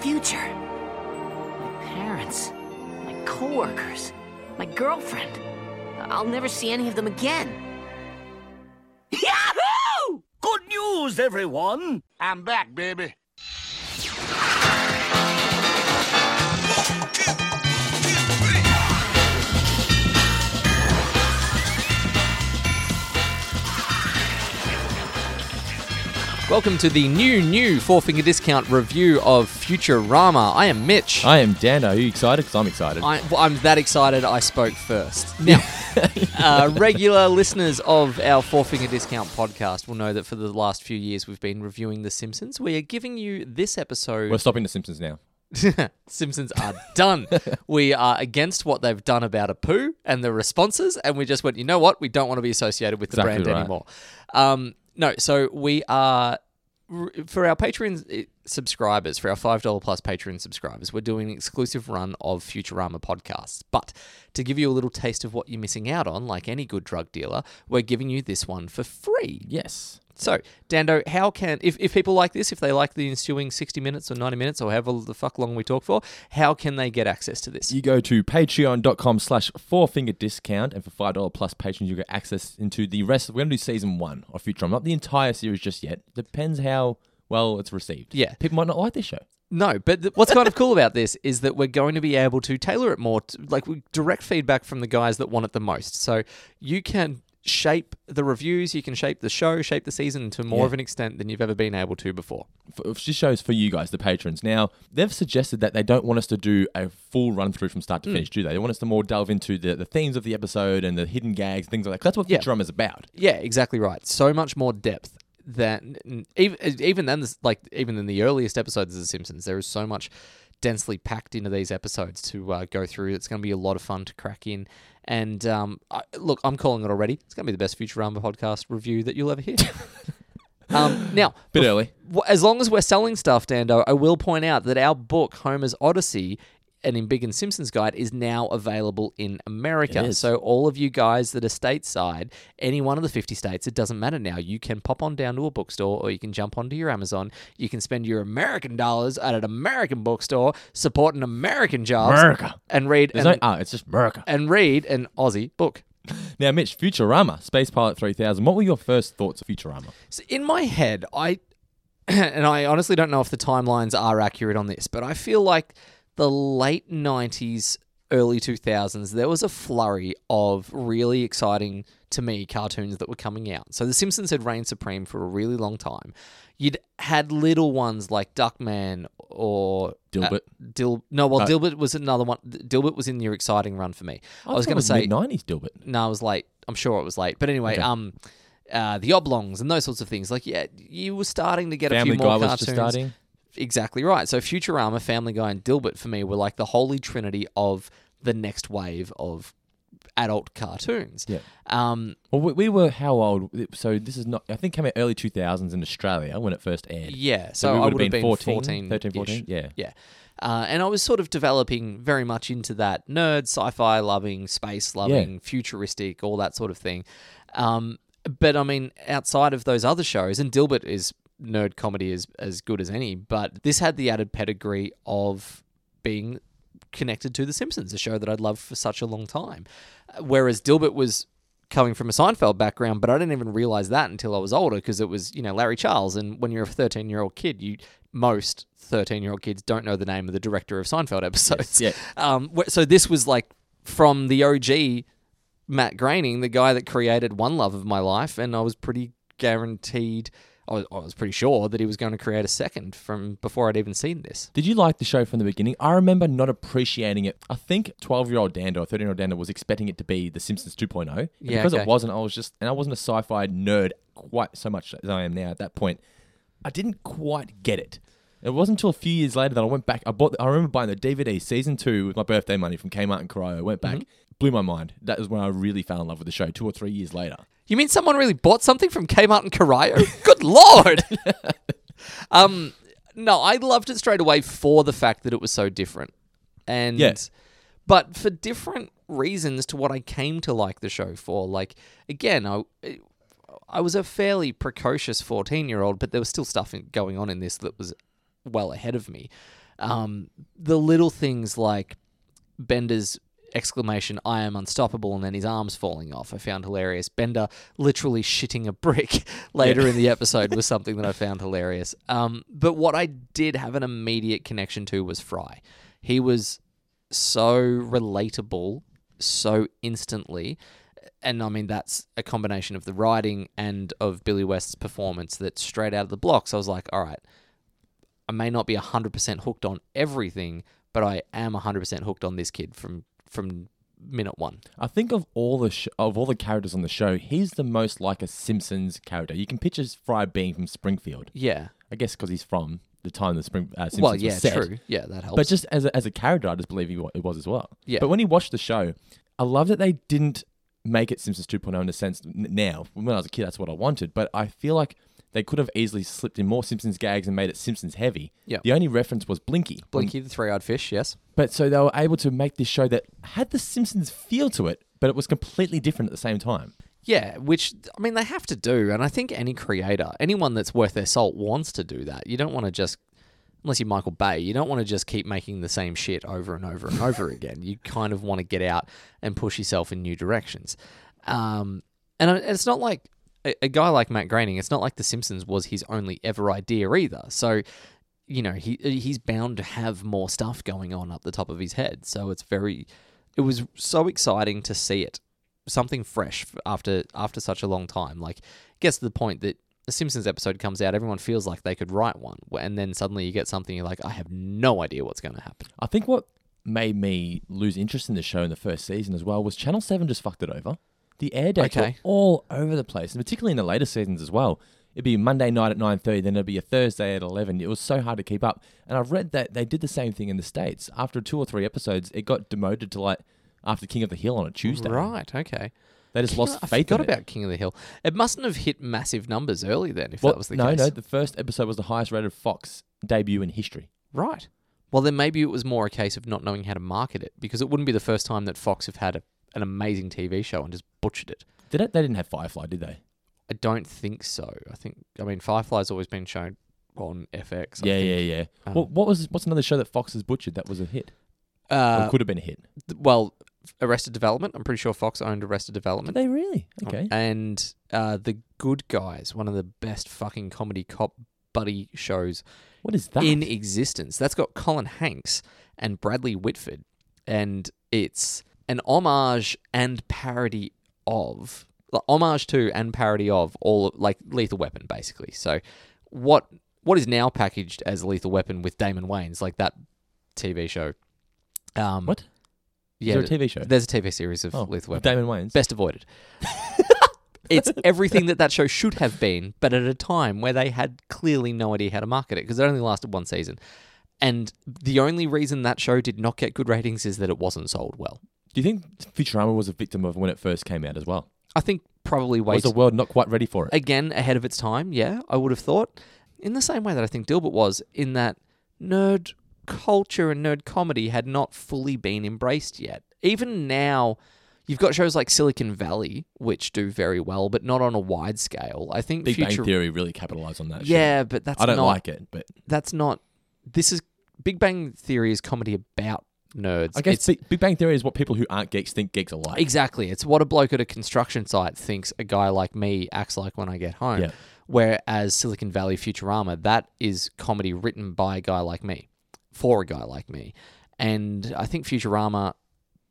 future. My parents, my coworkers, my girlfriend. I'll never see any of them again. Yahoo! Good news, everyone! I'm back, baby. Welcome to the new, new four finger discount review of Futurama. I am Mitch. I am Dan. Are you excited? Because I'm excited. I, well, I'm that excited I spoke first. Now, uh, regular listeners of our Four Finger Discount podcast will know that for the last few years we've been reviewing The Simpsons. We are giving you this episode. We're stopping The Simpsons now. Simpsons are done. we are against what they've done about Apu and the responses, and we just went, you know what? We don't want to be associated with the Exactly brand right. anymore. Um, no, so we are r- for our Patreon uh, subscribers, for our five dollar plus Patreon subscribers, we're doing an exclusive run of Futurama podcasts. But to give you a little taste of what you're missing out on, like any good drug dealer, we're giving you this one for free. Yes. So, Dando, how can if, if people like this, if they like the ensuing sixty minutes or ninety minutes or however the fuck long we talk for, how can they get access to this? You go to patreon.com slash four finger discount, and for $5 plus patrons, you get access into the rest. We're going to do season one of Futurama. Not the entire series just yet. Depends how well it's received. Yeah. People might not like this show. No, but th- what's kind of cool about this is that we're going to be able to tailor it more, to, like we direct feedback from the guys that want it the most. So you can shape the reviews, you can shape the show, shape the season to more Yeah. of an extent than you've ever been able to before. f- f- this show's for you guys, the patrons. Now, they've suggested that they don't want us to do a full run through from Mm. start to finish, do they? They want us to more delve into the, the themes of the episode and the hidden gags, things like that. 'Cause That's what Yeah. Futurama's about. Yeah, exactly right. So much more depth than n- even even then, this- like even in the earliest episodes of The Simpsons, there is so much densely packed into these episodes to uh, go through. It's going to be a lot of fun to crack in. And um, I, look, I'm calling it already. It's going to be the best Futurama podcast review that you'll ever hear. um, now, Bit bef- early. w- as long as we're selling stuff, Dando, I will point out that our book, Homer's Odyssey, an in Big and Simpson's Guide, is now available in America. is. So all of you guys that are stateside, any one of the 50 states, it doesn't matter now. You can pop on down to a bookstore or you can jump onto your Amazon. You can spend your American dollars at an American bookstore supporting American jobs America. and read There's an, no, ah, it's just America. and read an Aussie book. Now, Mitch, Futurama, Space Pilot 3000, what were your first thoughts of Futurama? So in my head, I and I honestly don't know if the timelines are accurate on this, but I feel like the late '90s, early 2000s, there was a flurry of really exciting to me cartoons that were coming out. So The Simpsons had reigned supreme for a really long time. You'd had little ones like Duckman or Dilbert. Dil. No, well, Dilbert was another one. Dilbert was in your exciting run for me. I, was thought it going to say 90s Dilbert. no, it was late. I'm sure it was late. But anyway, um, uh, the oblongs and those sorts of things. Like, yeah, you were starting to get a few Family more Guy was cartoons. just starting. Exactly right. So Futurama, Family Guy, and Dilbert for me were like the holy trinity of the next wave of adult cartoons. Yeah. Um, Well, we, we were how old? So this is not, I think it came out early 2000s in Australia when it first aired. Yeah, so, we I would've would have been, been 14, 14, 14 13, 14, yeah. yeah. Uh, and I was sort of developing very much into that nerd, sci-fi loving, space loving, futuristic, all that sort of thing. Um, but I mean, outside of those other shows, and Dilbert is nerd comedy as as good as any, but this had the added pedigree of being connected to The Simpsons, a show that I'd loved for such a long time. Uh, Whereas Dilbert was coming from a Seinfeld background, but I didn't even realize that until I was older because it was, you know, Larry Charles. And when you're a 13 year old kid, you most 13 year old kids don't know the name of the director of Seinfeld episodes. Yes, Um, wh- so this was like from the OG Matt Groening, the guy that created One Love of My Life, and I was pretty guaranteed. I was, I was pretty sure that he was going to create a second from before I'd even seen this. Did you like the show from the beginning? I remember not appreciating it. I think 12 year old Dando or 13 year old Dando was expecting it to be The Simpsons 2.0. And Yeah, Because okay. it wasn't, I was just, and I wasn't a sci fi nerd quite so much as I am now at that point. I didn't quite get it. It wasn't until a few years later that I went back. I bought. I remember buying the DVD season two with my birthday money from Kmart and Cryo. Went back, Mm-hmm. blew my mind. That was when I really fell in love with the show. Two or three years later. You mean someone really bought something from Kmart and Corio? Good lord. um, no, I loved it straight away for the fact that it was so different, and Yeah. but for different reasons to what I came to like the show for. Like again, I. I was a fairly precocious 14 year old, but there was still stuff in, going on in this that was well ahead of me. Um, the little things like Bender's exclamation, I am unstoppable, and then his arms falling off, I found hilarious. Bender literally shitting a brick later in the episode was something that I found hilarious. Um, but what I did have an immediate connection to was Fry. He was so relatable so instantly. And I mean, that's a combination of the writing and of Billy West's performance that straight out of the blocks, I was like, all right, I may not be 100% hooked on everything, but I am 100% hooked on this kid from from minute one. I think of all the sh- of all the characters on the show, he's the most like a Simpsons character. You can picture Fry being from Springfield. Yeah. I guess because he's from the time the Spring uh, Simpsons well, was yeah, set. true. Yeah, that helps. But just um, as a, as a character, I just believe he wa- it was as well. Yeah. But when he watched the show, I love that they didn't make it Simpsons 2.0 in a sense. n- Now, when I was a kid, that's what I wanted. But I feel like they could have easily slipped in more Simpsons gags and made it Simpsons heavy. Yeah. The only reference was Blinky. Blinky the three-eyed fish, yes. But so they were able to make this show that had the Simpsons feel to it, but it was completely different at the same time. Yeah, which I mean they have to do, and I think any creator, anyone that's worth their salt, wants to do that. You don't want to just, unless you're Michael Bay, you don't want to just keep making the same shit over and over and over again. You kind of want to get out and push yourself in new directions. Um, and I- it's not like a, a guy like Matt Groening. It's not like The Simpsons was his only ever idea either. So. You know he uh, he's bound to have more stuff going on up the top of his head, so it's very, it was so exciting to see it something fresh f- after after such a long time. Like, it gets to the point that a Simpsons episode comes out, everyone feels like they could write one, wh- and then suddenly you get something you're like, I have no idea what's going to happen. I think what made me lose interest in the show in the first season as well was Channel 7 just fucked it over. The air dates Okay. were all over the place, and particularly in the later seasons as well. It'd be Monday night at 9.30, then it'd be a Thursday at 11. It was so hard to keep up. And I've read that they did the same thing in the States. After two or three episodes, it got demoted to like after King of the Hill on a Tuesday. Right? Okay. They just lost I faith in forgot it. about King of the Hill. It mustn't have hit massive numbers early then, if Well, that was the no, case. no. The first episode was the highest rated Fox debut in history. Right. Well, then maybe it was more a case of not knowing how to market it because it wouldn't be the first time that Fox have had a, an amazing TV show and just butchered it. Did it? They didn't have Firefly, did they? I don't think so. I think I mean Firefly's always been shown on FX. I yeah, think. yeah, yeah, Um, What, what was what's another show that Fox has butchered that was a hit? Uh, or could have been a hit. th- well, Arrested Development. I'm pretty sure Fox owned Arrested Development. they really? Okay. And uh, The Good Guys, one of the best fucking comedy cop buddy shows What is that? in existence. That's got Colin Hanks and Bradley Whitford, and it's an homage and parody of like, homage to and parody of all like Lethal Weapon, basically. So what what is now packaged as Lethal Weapon with Damon Wayans, like that TV show. Um, What? Yeah, is there a TV show? there's a TV series of oh, Lethal with Weapon. Damon Wayans. Best avoided. it's everything that that show should have been, but at a time where they had clearly no idea how to market it because it only lasted one season. And the only reason that show did not get good ratings is that it wasn't sold well. Do you think Futurama was a victim of when it first came out as well? I think probably Was wait the world not quite ready for it? again ahead of its time. Yeah, I would have thought in the same way that I think Dilbert was in that nerd culture and nerd comedy had not fully been embraced yet. Even now, you've got shows like Silicon Valley which do very well, but not on a wide scale. I think Big Future, Bang Theory really capitalized on that. shit. yeah, but that's I don't not, like it, but That's not. This is Big Bang Theory is comedy about nerds. I It's- guess Big, Big Bang Theory is what people who aren't geeks think geeks are like. Exactly. It's what a bloke at a construction site thinks a guy like me acts like when I get home. Yeah. Whereas Silicon Valley Futurama, that is comedy written by a guy like me, for a guy like me. And I think Futurama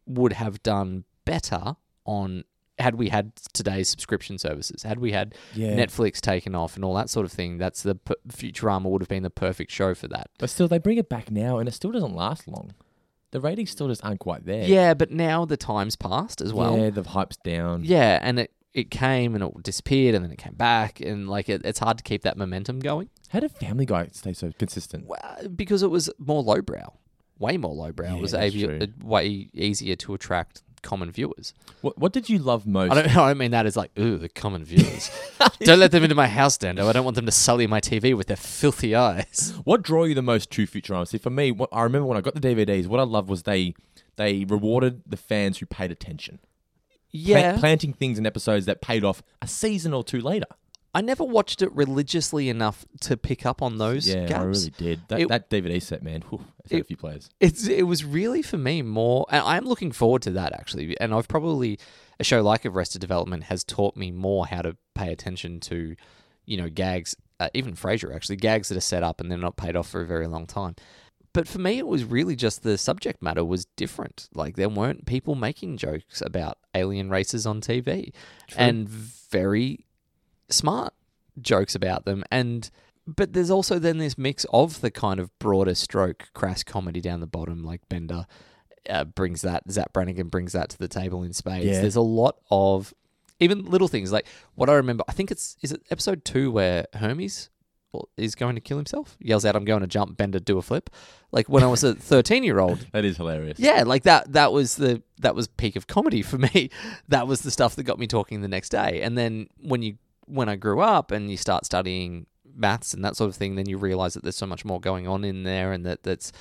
would have done better on had we had today's subscription services, had we had Yeah. Netflix taken off and all that sort of thing. That's the per- Futurama would have been the perfect show for that. But still, they bring it back now, and it still doesn't last long. The ratings still just aren't quite there. Yeah, but now the time's passed as well. yeah, the hype's down. Yeah, and it it came and it disappeared and then it came back and like it, it's hard to keep that momentum going How did Family Guy stay so consistent? well, because it was more lowbrow, way more lowbrow. it Yeah, was that's abi- true. uh, way easier to attract common viewers. What, what did you love most? I don't I don't mean that as like ooh the common viewers. don't let them into my house, Dando. I don't want them to sully my TV with their filthy eyes. What draw you the most to Futurama? See, for me, what I remember when I got the DVDs, what I loved was they they rewarded the fans who paid attention, Pla- Yeah, planting things in episodes that paid off a season or two later. I never watched it religiously enough to pick up on those Yeah, gaps. I really did. That, It- that DVD set, man. Whew, it's had a It- few players. It's it was really for me more, and I'm looking forward to that actually. And I've probably a show like Arrested Development has taught me more how to pay attention to, you know, gags. Uh, even Frasier actually gags that are set up and they're not paid off for a very long time. But for me, it was really just the subject matter was different. Like there weren't people making jokes about alien races on TV, and very smart jokes about them and but there's also then this mix of the kind of broader stroke crass comedy down the bottom like bender uh, brings that zap brannigan brings that to the table in spades Yeah. there's a lot of even little things like what i remember i think it's is it episode two where hermes well, is going to kill himself yells out i'm going to jump bender do a flip like when i was a 13 year old That is hilarious. yeah, like that that was the that was peak of comedy for me. That was the stuff that got me talking the next day. And then when you when I grew up and you start studying maths and that sort of thing, then you realize that there's so much more going on in there and that that's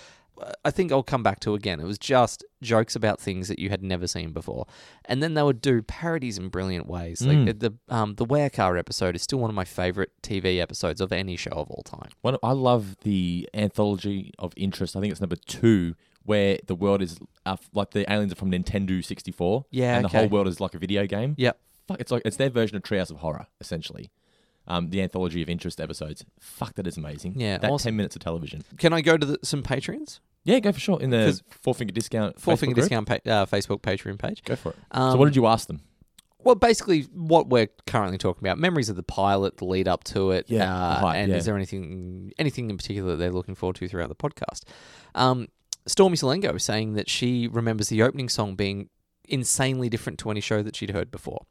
I think I'll come back to again. It was just jokes about things that you had never seen before, and then they would do parodies in brilliant ways. Like the um, the Wear Car episode is still one of my favorite TV episodes of any show of all time. One, I love the anthology of interest. I think it's number two, where the world is uh, like the aliens are from Nintendo 64. Yeah, and okay. the whole world is like a video game. Yep. Fuck, it's like it's their version of Treehouse of Horror, essentially. Um, the anthology of interest episodes. Fuck, that is amazing. Yeah, that awesome. ten minutes of television. Can I go to the, some Patreons? Yeah, go for sure. In the 'Cause- four finger discount. Four Facebook Finger group. Discount pa- uh, Facebook Patreon page. Go for it. so, Um, what did you ask them? Well, basically, what we're currently talking about memories of the pilot, the lead up to it, Yeah, uh, the hype, and yeah. is there anything anything in particular that they're looking forward to throughout the podcast? Um, Stormy Salengo saying that she remembers the opening song being insanely different to any show that she'd heard before.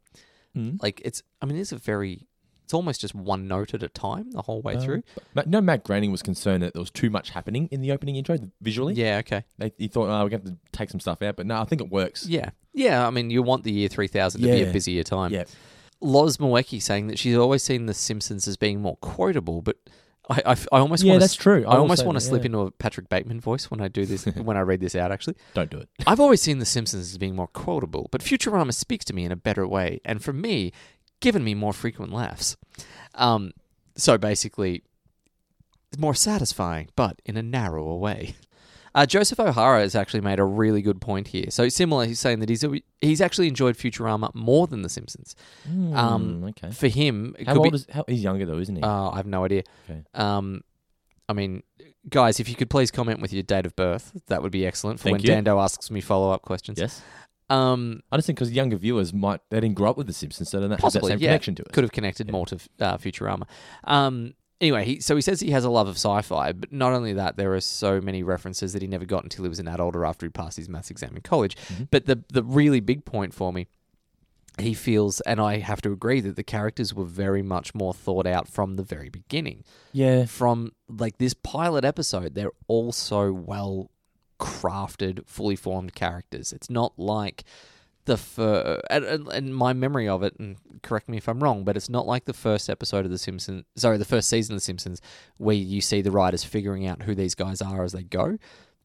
Hmm? Like it's, I mean, it's a very, it's almost just one note at a time the whole way Uh, through. Ma- No, Matt Groening was concerned that there was too much happening in the opening intro visually. Yeah, okay, They, he thought, oh, we're going to have to take some stuff out, but no, I think it works. yeah, yeah. I mean, you want the year three thousand to be Yeah. a busier time. Yeah. Loz Mweki saying that she's always seen The Simpsons as being more quotable, but I, I f- I almost Yeah, wanna that's s- true. I, I will almost say want to that, slip yeah. into a Patrick Bateman voice when I do this when I read this out. Actually, Don't do it. I've always seen The Simpsons as being more quotable, but Futurama speaks to me in a better way, and for me, given me more frequent laughs. Um, so basically, it's more satisfying, but in a narrower way. Uh, Joseph O'Hara has actually made a really good point here. So similar, he's saying that he's he's actually enjoyed Futurama more than The Simpsons. Um, Mm, okay. For him, it How could old be, is? How, he's younger though, isn't he? uh, I have no idea. Okay. Um, I mean, guys, if you could please comment with your date of birth, that would be excellent for Thank when you. Dando asks me follow up questions. yes. Um, I just think because younger viewers might they didn't grow up with The Simpsons, so they don't possibly, have that same yeah, connection to it. Could have connected more to uh, Futurama. Um, anyway, he, so he says he has a love of sci-fi, but not only that, there are so many references that he never got until he was an adult or after he passed his maths exam in college. Mm-hmm. But the the really big point for me. He feels, and I have to agree, that the characters were very much more thought out from the very beginning. yeah. from like this pilot episode, they're all so well crafted, fully formed characters. It's not like the fir- and, and, and my memory of it, and correct me if I'm wrong, but it's not like the first episode of The Simpsons, sorry, the first season of The Simpsons, where you see the writers figuring out who these guys are as they go.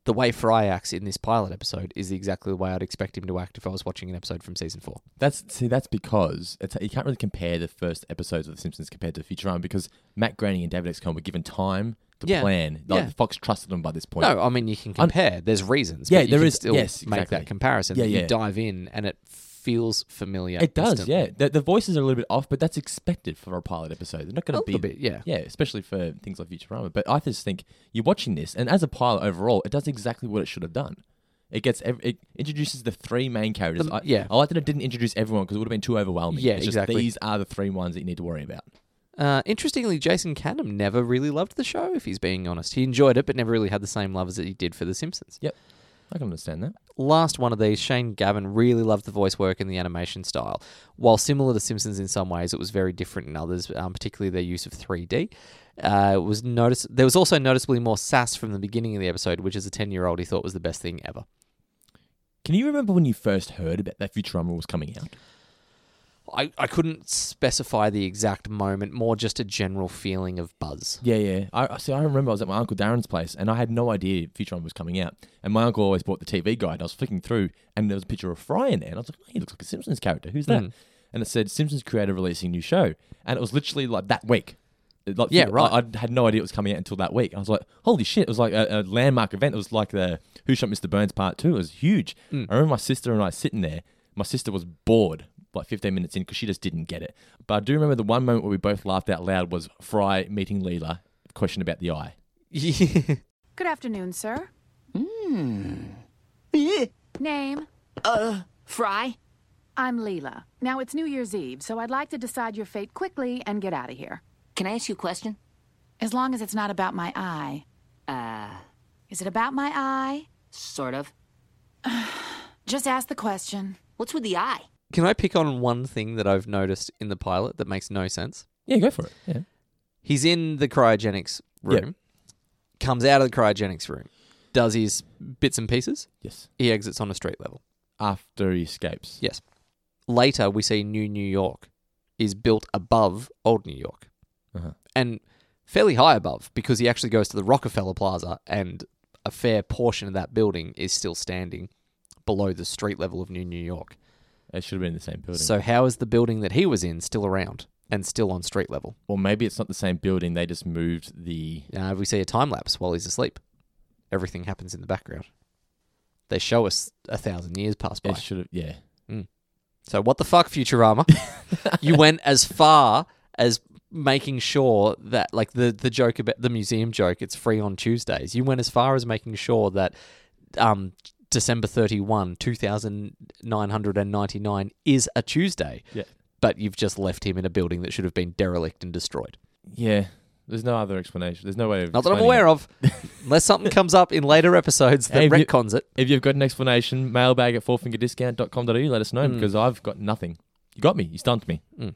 The way Fry acts in this pilot episode is exactly the way I'd expect him to act if I was watching an episode from season four. That's see, that's because it's, you can't really compare the first episodes of The Simpsons compared to Futurama because Matt Groening and David X. Cohen were given time to Yeah. plan. Like Yeah. Fox trusted them by this point. No, I mean you can compare. There's reasons. Yeah, but you there can is- Still yes, make exactly. that comparison. Yeah, Yeah, yeah. You dive in and it feels familiar. It does, instantly. yeah. The, the voices are a little bit off, but that's expected for a pilot episode. They're not A going to be little bit, yeah. yeah, especially for things like Futurama. But I just think you're watching this, and as a pilot overall, it does exactly what it should have done. It gets ev- it introduces the three main characters. The- I, Um, yeah. I like that it didn't introduce everyone because it would have been too overwhelming. Yeah, It's just exactly. These are the three ones that you need to worry about. Uh, interestingly, Jason Cadam never really loved the show. If he's being honest, he enjoyed it, but never really had the same love as he did for The Simpsons. Yep, I can understand that. Last one of these, Shane Gavin really loved the voice work and the animation style. While similar to Simpsons in some ways, it was very different in others, um, particularly their use of 3D. Uh, it was notice- there was also noticeably more sass from the beginning of the episode, which as a 10 year old he thought was the best thing ever. Can you remember when you first heard about that Futurama was coming out? I, I couldn't specify the exact moment, more just a general feeling of buzz. Yeah, yeah. I I- see. I remember I was at my uncle Darren's place, and I had no idea Futurama was coming out. And my uncle oh, always bought the TV guide. And I was flicking through, and there was a picture of Fry in there, and I was like, "He looks like a Simpsons character. Who's that?" and it said Simpsons creator releasing new show, and it was literally like that week. It, Like, Yeah, right. I, I had no idea it was coming out until that week. I was like, holy shit! It was like a, a landmark event. It was like the Who Shot Mr. Burns Part Two. It was huge. I remember my sister and I sitting there. My sister was bored like 15 minutes in because she just didn't get it. But I do remember the one moment where we both laughed out loud was Fry meeting Leela. Question about the eye. Yeah. Good afternoon, sir. Eh? Name? Uh, Fry? I'm Leela. Now it's New Year's Eve, so I'd like to decide your fate quickly and get out of here. Can I ask you a question? As long as it's not about my eye. Uh, Is it about my eye? sort of. Just ask the question. What's with the eye? Can I pick on one thing that I've noticed in the pilot that makes no sense? Yeah, go for it. Yeah. He's in the cryogenics Yep. room, comes out of the cryogenics room, does his bits and pieces. Yes. He exits on a street level. After he escapes. Yes. Later, we see New New York is built above Old New York Uh-huh. and fairly high above because he actually goes to the Rockefeller Plaza and a fair portion of that building is still standing below the street level of New New York. It should have been in the same building. So, how is the building that he was in still around and still on street level? or maybe it's not the same building. They just moved the. Uh, we see a time lapse while he's asleep. Everything happens in the background. They show us a thousand years pass by. It should have. Yeah. So what the fuck, Futurama? you went as far as making sure that, like the the joke about the museum joke, it's free on Tuesdays. You went as far as making sure that um, December thirty one, two thousand nine hundred and ninety nine, is a Tuesday. Yeah. But you've just left him in a building that should have been derelict and destroyed. Yeah. There's no other explanation. There's no way of. Not that I'm aware of, unless something comes up in later episodes that Hey, if you- retcons it. If you've got an explanation, mailbag at fourfingerdiscount.com.au, let us Hmm. know because I've got nothing. You got me. You stumped me. Mm.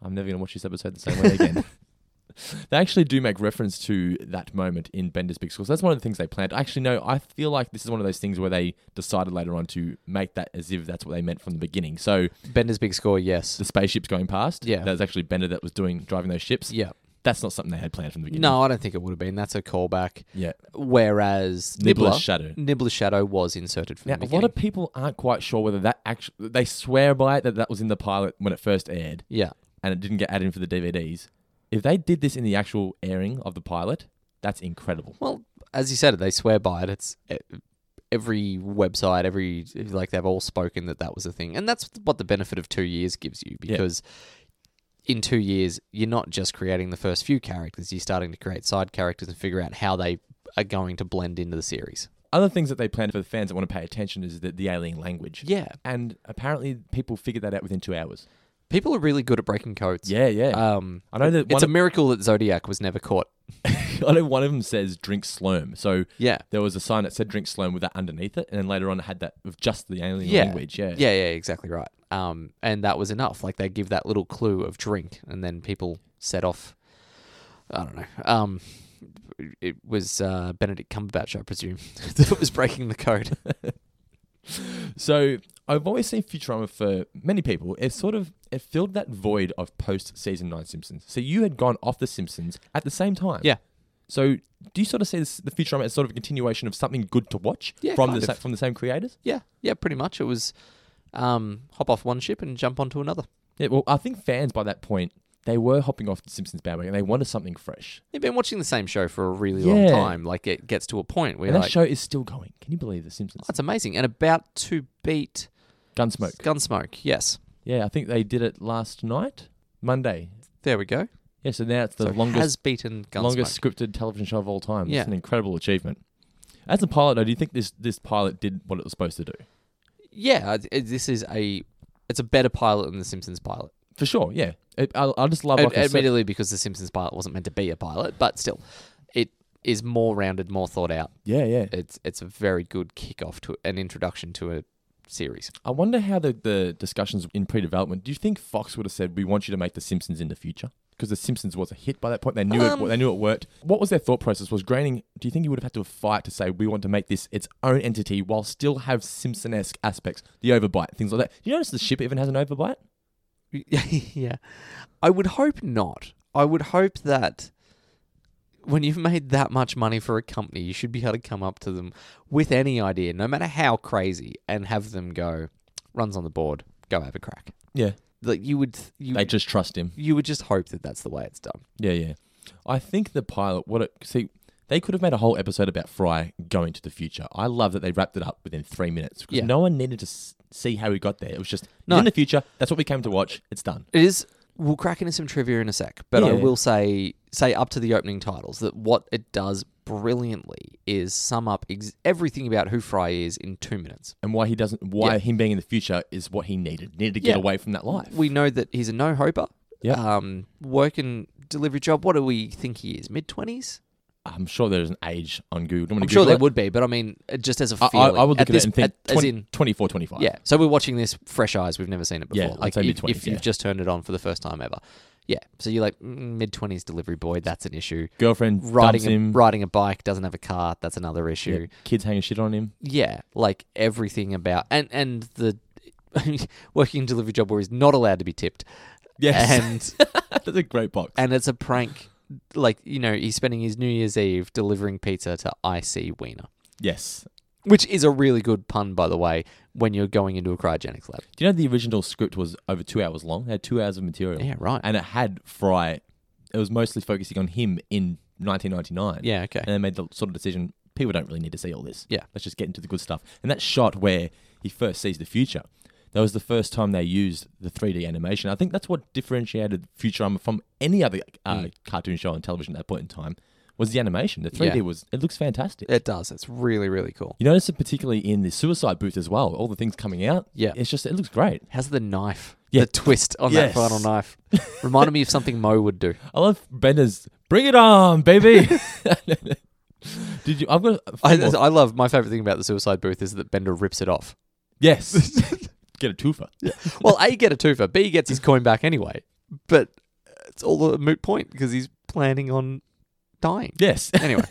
I'm never going to watch this episode the same way again. they actually do make reference to that moment in Bender's Big School. So that's one of the things they planned. Actually, no, I feel like this is one of those things where they decided later on to make that as if that's what they meant from the beginning. So Bender's big score, yes. the spaceships going past, Yeah. that was actually Bender that was doing driving those ships. Yeah. That's not something they had planned from the beginning. No, I don't think it would have been. That's a callback. Yeah. Whereas Nibbler's Nibbler, shadow. Nibbler's shadow was inserted from Now, the a beginning. lot of people aren't quite sure whether that actually they swear by it that that was in the pilot when it first aired, yeah, and it didn't get added in for the DVDs. If they did this in the actual airing of the pilot, that's incredible. well, as you said, they swear by it. It's eh, every website, every like they've all spoken that that was a thing, and that's what the benefit of two years gives you because. In two years, you're not just creating the first few characters, you're starting to create side characters and figure out how they are going to blend into the series. Other things that they planned for the fans that want to pay attention is the, the alien language. Yeah. and apparently people figured that out within two hours. People are really good at breaking codes. Yeah, yeah. Um, I know that it's one a of- miracle that Zodiac was never caught. I know one of them says drink slurm. So Yeah. there was a sign that said drink slurm with that underneath it, and then later on it had that with just the alien language. Yeah, Yeah, yeah, exactly right. Um, and that was enough. Like they give that little clue of drink, and then people set off. I don't know. Um, it was uh, Benedict Cumberbatch, I presume, that was breaking the code. So I've always seen Futurama for many people. It sort of it filled that void of post season nine Simpsons. So you had gone off the Simpsons at the same time. Yeah. So do you sort of see this, the Futurama as sort of a continuation of something good to watch Yeah, from the kind sa- of. from the same creators? yeah, yeah, pretty much. It was um, hop off one ship and jump onto another. Yeah. Well, I think fans by that point they were hopping off the Simpsons bandwagon. They wanted something fresh, They've been watching the same show for a really long Yeah. time. Like it gets to a point where and that like, show is still going. Can you believe the Simpsons? that's amazing, and about to beat Gunsmoke. Gunsmoke. Yes, Yeah, I think they did it last night, Monday. there we go. Yeah. So now it's the so it longest has beaten Gunsmoke. longest scripted television show of all time. Yeah. That's an incredible achievement. As a pilot, though, do you think this this pilot did what it was supposed to do? yeah, it- it- this is a it's a better pilot than the Simpsons pilot. For sure, yeah. It, I, I just love Ad- like a set- admittedly, because the Simpsons pilot wasn't meant to be a pilot, but still, it is more rounded, more thought out. yeah, yeah. It's it's a very good kickoff to an introduction to a series. I wonder how the, the discussions in pre-development. Do you think Fox would have said, "We want you to make The Simpsons in the future"? Because The Simpsons was a hit by that point. They knew Um. it. They knew it worked. What was their thought process? Was Groening? Do you think he would have had to fight to say, "We want to make this its own entity while still have Simpson-esque aspects, the overbite, things like that"? Do you notice the ship even has an overbite? yeah, I would hope not. I would hope that when you've made that much money for a company, you should be able to come up to them with any idea, no matter how crazy, and have them go runs on the board. Go have a crack. Yeah. Like you would, th- you They just trust him. you would just hope that that's the way it's done. Yeah, yeah. I think the pilot. What it see. They could have made a whole episode about Fry going to the future. I love that they wrapped it up within three minutes because Yeah. no one needed to s- see how he got there. It was just No. "He's in the future. That's what we came to watch. It's done. It is. We'll crack into some trivia in a sec, but I Yeah. will say say up to the opening titles that what it does brilliantly is sum up ex- everything about who Fry is in two minutes. And why he doesn't? Why Yeah. him being in the future is what he needed. Needed to get Yeah. away from that life. We know that he's a no hoper. Yeah. Um, working delivery job. What do we think he is? Mid twenties. I'm sure there's an age on Google. I'm sure there would be, but I mean, uh, just as a I, feeling. I, I would look at, this, it and think at- 20, as in 24, 25. Yeah. So we're watching this fresh eyes. We've never seen it before. Yeah, I'd like say if, mid-twenties, if you've yeah. just turned it on for the first time ever. Yeah. So you're like mid twenties delivery boy. That's an issue. Girlfriend dumps Riding a, him. riding a bike doesn't have a car. That's another issue. Kids hanging shit on him. Yeah. like everything about and and the working delivery job where he's not allowed to be tipped. Yes. And That's a great box. and it's a prank. Like you know, he's spending his New Year's Eve delivering pizza to IC Wiener, yes. which is a really good pun, by the way. When you're going into a cryogenics lab, Do you know the original script was over two hours long? It had two hours of material. Yeah, right. And it had Fry. It was mostly focusing on him in 1999. Yeah, okay. And they made the sort of decision people don't really need to see all this. Yeah. Let's just get into the good stuff. And that shot where he first sees the future, that was the first time they used the 3D animation. I think that's what differentiated Futurama from any other uh, Mm. cartoon show on television at that point in time was the animation. The 3D Yeah. was, it looks fantastic. it does. It's really really cool. You notice it particularly in the suicide booth as well. All the things coming out. Yeah. It's just, it looks great. How's the knife? Yeah. The twist on Yes. that final knife reminded me of something Mo would do. I love Bender's "Bring It On, Baby." Did you? I've got. a few I, more. I love my favorite thing about the suicide booth is that Bender rips it off. yes. Get a twofer. Well, A get a twofer, B gets his coin back anyway, but it's all a moot point because he's planning on dying. Yes. Anyway,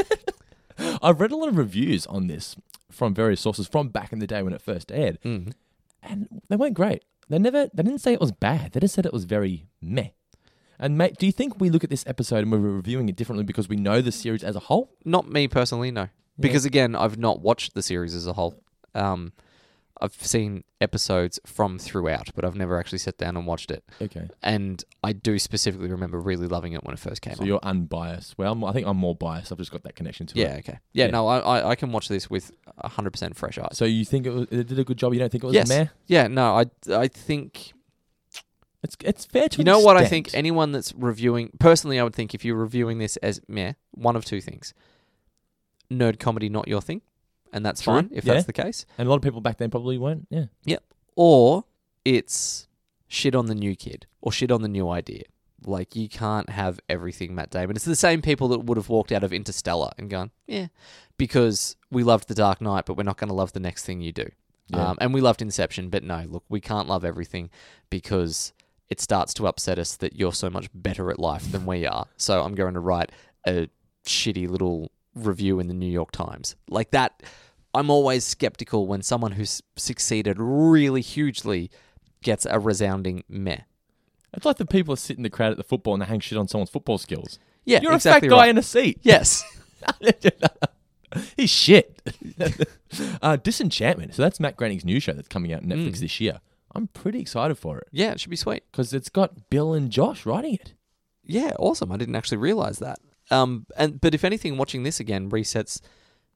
I've read a lot of reviews on this from various sources from back in the day when it first aired, mm. and they weren't great. They never. They didn't say it was bad. They just said it was very meh. And mate, do you think we look at this episode and we're reviewing it differently because we know the series as a whole? not me personally, no, because again, I've not watched the series as a whole. Um, I've seen episodes from throughout, but I've never actually sat down and watched it. Okay. And I do specifically remember really loving it when it first came So on. you're unbiased. Well, I'm, I think I'm more biased. I've just got that connection to it. Yeah, okay. Yeah, Yeah. no, I, I I can watch this with 100% fresh eyes. So you think it, was, it did a good job? You don't think it was yes. meh? Yeah, no, I I think It's it's fair to you know what I extent. think anyone that's reviewing personally I would think if you're reviewing this as meh, one of two things. Nerd comedy not your thing, and that's True, fine if yeah. that's the case. And a lot of people back then probably weren't. Yeah. Yep. Or it's shit on the new kid or shit on the new idea. Like you can't have everything, Matt Damon. It's the same people that would have walked out of Interstellar and gone, yeah, because we loved The Dark Knight, but we're not going to love the next thing you do. Yeah. Um, and we loved Inception, but no, look, we can't love everything because it starts to upset us that you're so much better at life than we are. So I'm going to write a shitty little review in the New York Times. Like that, I'm always skeptical when someone who's succeeded really hugely gets a resounding meh. It's like the people that sit in the crowd at the football and they hang shit on someone's football skills. Yeah, You're exactly a fat guy right. in a seat. yes. He's shit. uh, Disenchantment. So that's Matt Groening's new show that's coming out on Netflix this year. I'm pretty excited for it Yeah, it should be sweet. because it's got Bill and Josh writing it. Yeah, awesome. I didn't actually realize that. Um, and but if anything, watching this again resets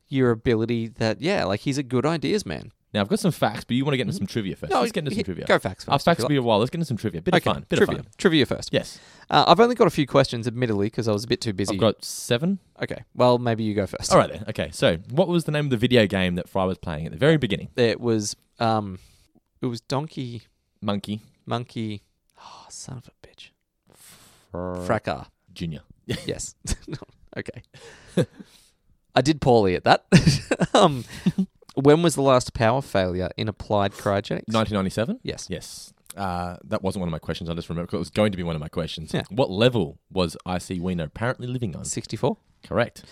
your ability that yeah, like he's a good ideas man. Now I've got some facts, but you want to get into some trivia first. Let's get into some hit- trivia. Go facts Our first. facts if will you be a while. Let's get into some trivia. Bit like. of fun. Bit trivia. of fun. Trivia first. Yes. Uh, I've only got a few questions, admittedly, because I was a bit too busy. I've got seven. okay. Well, maybe you go first. All right then. Okay. So what was the name of the video game that Fry was playing at the very beginning? It was um, it was Donkey Monkey. Monkey. Oh, son of a bitch. Fracker. Junior. Yes. No, okay. I did poorly at that. um, when was the last power failure in applied cryogenics? 1997? Yes. Yes. Uh, that wasn't one of my questions. I just remember 'cause it was going to be one of my questions. Yeah. What level was IC Wiener apparently living on? 64. Correct.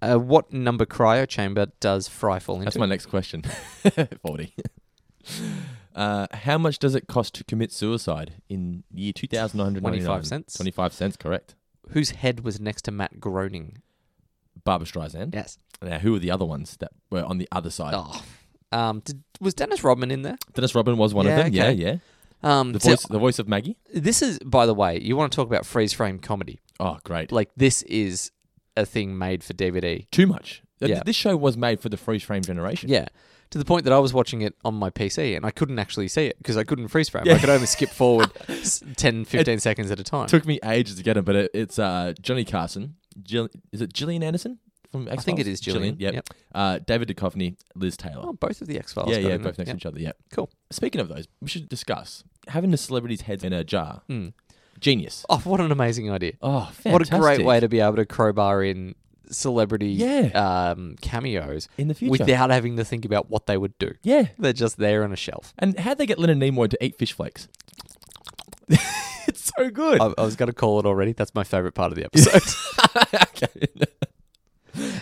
Uh, what number cryo chamber does Fry fall into? That's my next question. 40. Uh, how much does it cost to commit suicide in year 2999? 25 cents. 25 cents, correct. Whose head was next to Matt Groening? Barbara Streisand. Yes. Now, who were the other ones that were on the other side? Oh. Ah. Um, did, was Dennis Rodman in there? Dennis Rodman was one Yeah, of them. okay. Yeah, yeah. Um, The so voice, the voice of Maggie. this is, by the way, you want to talk about freeze frame comedy? Oh, great! Like this is a thing made for DVD. Too much. Uh, Th- Yeah. This show was made for the freeze frame generation. Yeah. To the point that I was watching it on my PC and I couldn't actually see it because I couldn't freeze frame. I could only skip forward s- 10, 15 seconds at a time. took me ages to get it, but it, it's uh, Johnny Carson. Jill, is it Gillian Anderson from X think it is Gillian, Yep. yep. Uh, David Duchovny, Liz Taylor. oh, both of the X Files. yeah, yeah, both next to each other. Yeah. Cool. Speaking of those, we should discuss having the celebrities' heads in a jar. Genius. Oh, what an amazing idea. Oh, Hmm. What a great fantastic. way to be able to crowbar in celebrity Yeah. um, cameos In the future. without having to think about what they would do. Yeah. They're just there on a shelf. And how'd they get Leonard Nimoy to eat fish flakes? it's so good. I, I was going to call it already. That's my favorite part of the episode.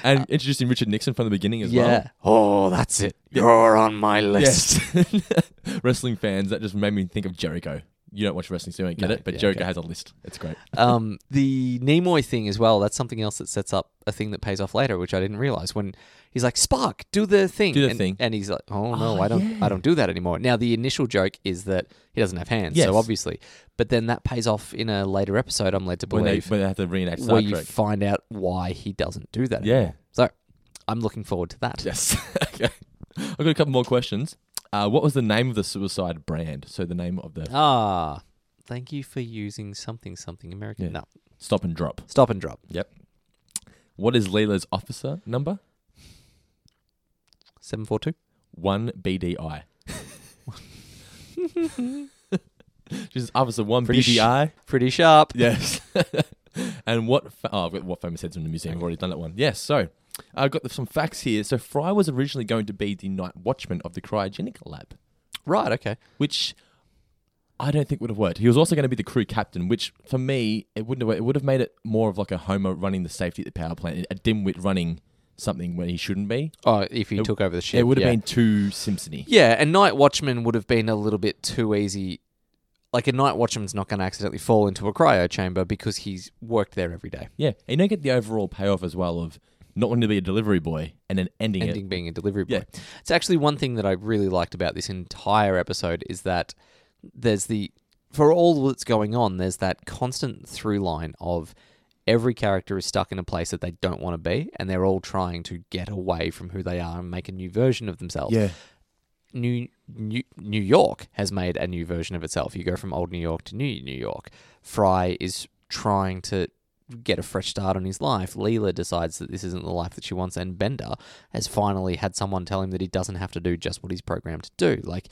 and introducing Richard Nixon from the beginning as well. yeah. Oh, that's it. You're on my list. Yes. wrestling fans, that just made me think of Jericho. You don't watch wrestling, so you don't get No, it, but yeah, Jericho okay. has a list. It's great. um, the Nimoy thing as well. That's something else that sets up a thing that pays off later, which I didn't realize. When he's like, "Spark, do the thing," Do the and, thing. Ah, and he's like, "Oh no, I don't, I don't do that anymore." Now the initial joke is that he doesn't have hands, Yes. so obviously, but then that pays off in a later episode. I'm led to When they, believe when they have to reenact Star where you Trek. find out why he doesn't do that. Yeah. anymore. So I'm looking forward to that. Yes. okay. I've got a couple more questions. Uh, what was the name of the suicide brand? So the name of the Ah, thank you for using something something American. Yeah. No, stop and drop. stop and drop. Yep. What is Leela's officer number? Seven four two. One BDI. She's officer one Pretty sh- BDI. Pretty sharp. Yes. and what? Fa- oh, I've got what famous heads in the museum. I've already done that one. Yes. So I've got some facts here. So Fry was originally going to be the night watchman of the cryogenic lab. Right. Okay. which I don't think would have worked. He was also going to be the crew captain, which for me it wouldn't have, it would have made it more of like a Homer running the safety at the power plant, a dimwit running something where he shouldn't be. Oh, if he It- took over the ship, it would have yeah. been too Simpsony. Yeah, and Night Watchman would have been a little bit too easy. Like a Night Watchman's not going to accidentally fall into a cryo chamber because he's worked there every day, Yeah, and you don't get the overall payoff as well of not wanting to be a delivery boy and then ending, ending being a delivery boy. Yeah. It's actually one thing that I really liked about this entire episode is that there's the for all that's going on, there's that constant through line of every character is stuck in a place that they don't want to be, and they're all trying to get away from who they are and make a new version of it. themselves. Yeah, New, New New York has made a new version of itself. You go from old New York to new New York. Fry is trying to get a fresh start on his life. Leela decides that this isn't the life that she wants, and Bender has finally had someone tell him that he doesn't have to do just what he's programmed to do. Like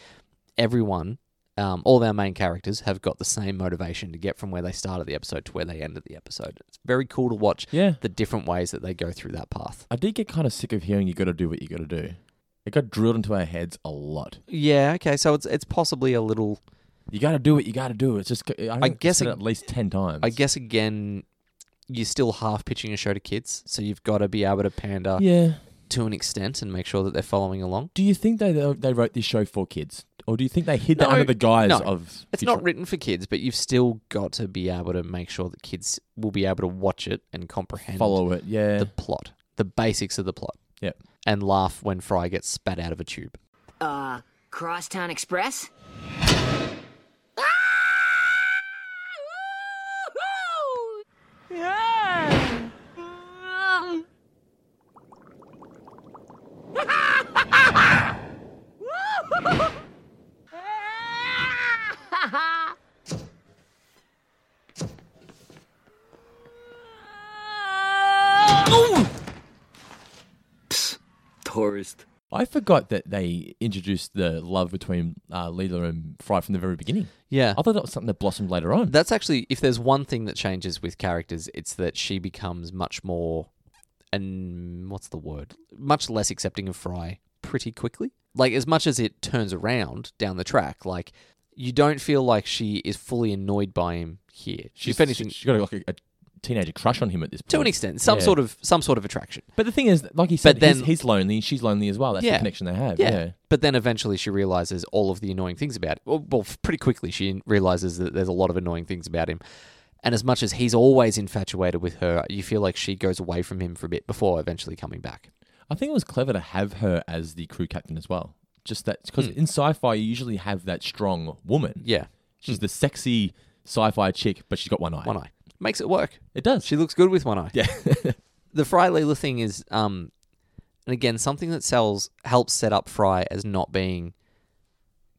everyone. Um, all of our main characters have got the same motivation to get from where they started the episode to where they ended the episode. It's very cool to watch Yeah. the different ways that they go through that path. I did get kind of sick of hearing you got to do what you got to do. It got drilled into our heads a lot. Yeah, okay, so it's it's possibly a little You got to do what you got to do. It's just I, think guess said it- it at least ten times. I guess again, you're still half pitching a show to kids, so you've got to be able to pander Yeah. to an extent and make sure that they're following along. Do you think they they wrote this show for kids, or do you think they hid that No, under the guise no. of? It's future- not written for kids, but you've still got to be able to make sure that kids will be able to watch it and comprehend follow it. Yeah, the plot, the basics of the plot, yeah. and laugh when Fry gets spat out of a tube. Uh, Crosstown Express? Tourist. I forgot that they introduced the love between uh, Leela and Fry from the very beginning. Yeah. I thought that was something that blossomed later on. That's actually, if there's one thing that changes with characters, it's that she becomes much more, and what's the word? Much less accepting of Fry pretty quickly. Like, as much as it turns around down the track, like, you don't feel like she is fully annoyed by him here. she's if anything, she, has got like a, a teenager crush on him at this point. to an extent, some Yeah. sort of some sort of attraction. But the thing is, like he said, then- he's, he's lonely. She's lonely as well. That's Yeah. the connection they have. Yeah. Yeah. But then eventually she realizes all of the annoying things about it. Well, well, pretty quickly she realizes that there's a lot of annoying things about him. And as much as he's always infatuated with her, you feel like she goes away from him for a bit before eventually coming back. I think it was clever to have her as the crew captain as well. Just that because in sci-fi you usually have that strong woman. Hmm. Yeah. Hmm. She's the sexy sci-fi chick, but she's got one eye. One eye makes it work. It does. She looks good with one eye. yeah. The Fry Leela thing is, um, and again, something that sells helps set up Fry as not being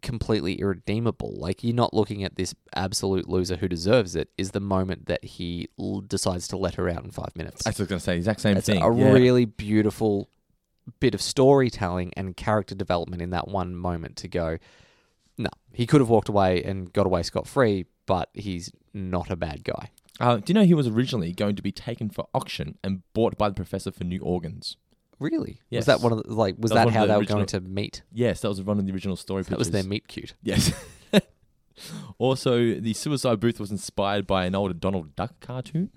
completely irredeemable. Like you're not looking at this absolute loser who deserves it. Is the moment that he l- decides to let her out in five minutes. I was gonna say exact same It's thing. a Yeah. really beautiful bit of storytelling and character development in that one moment to go, no, he could have walked away and got away scot free, but he's not a bad guy. Uh, do you know he was originally going to be taken for auction and bought by the professor for new organs? Really? Was Yes. that one of the, like was That that, was one how of they the were going to original- meet? Yes, that was one of the original story. That was their pictures. meet cute. Yes. also, the suicide booth was inspired by an old Donald Duck cartoon.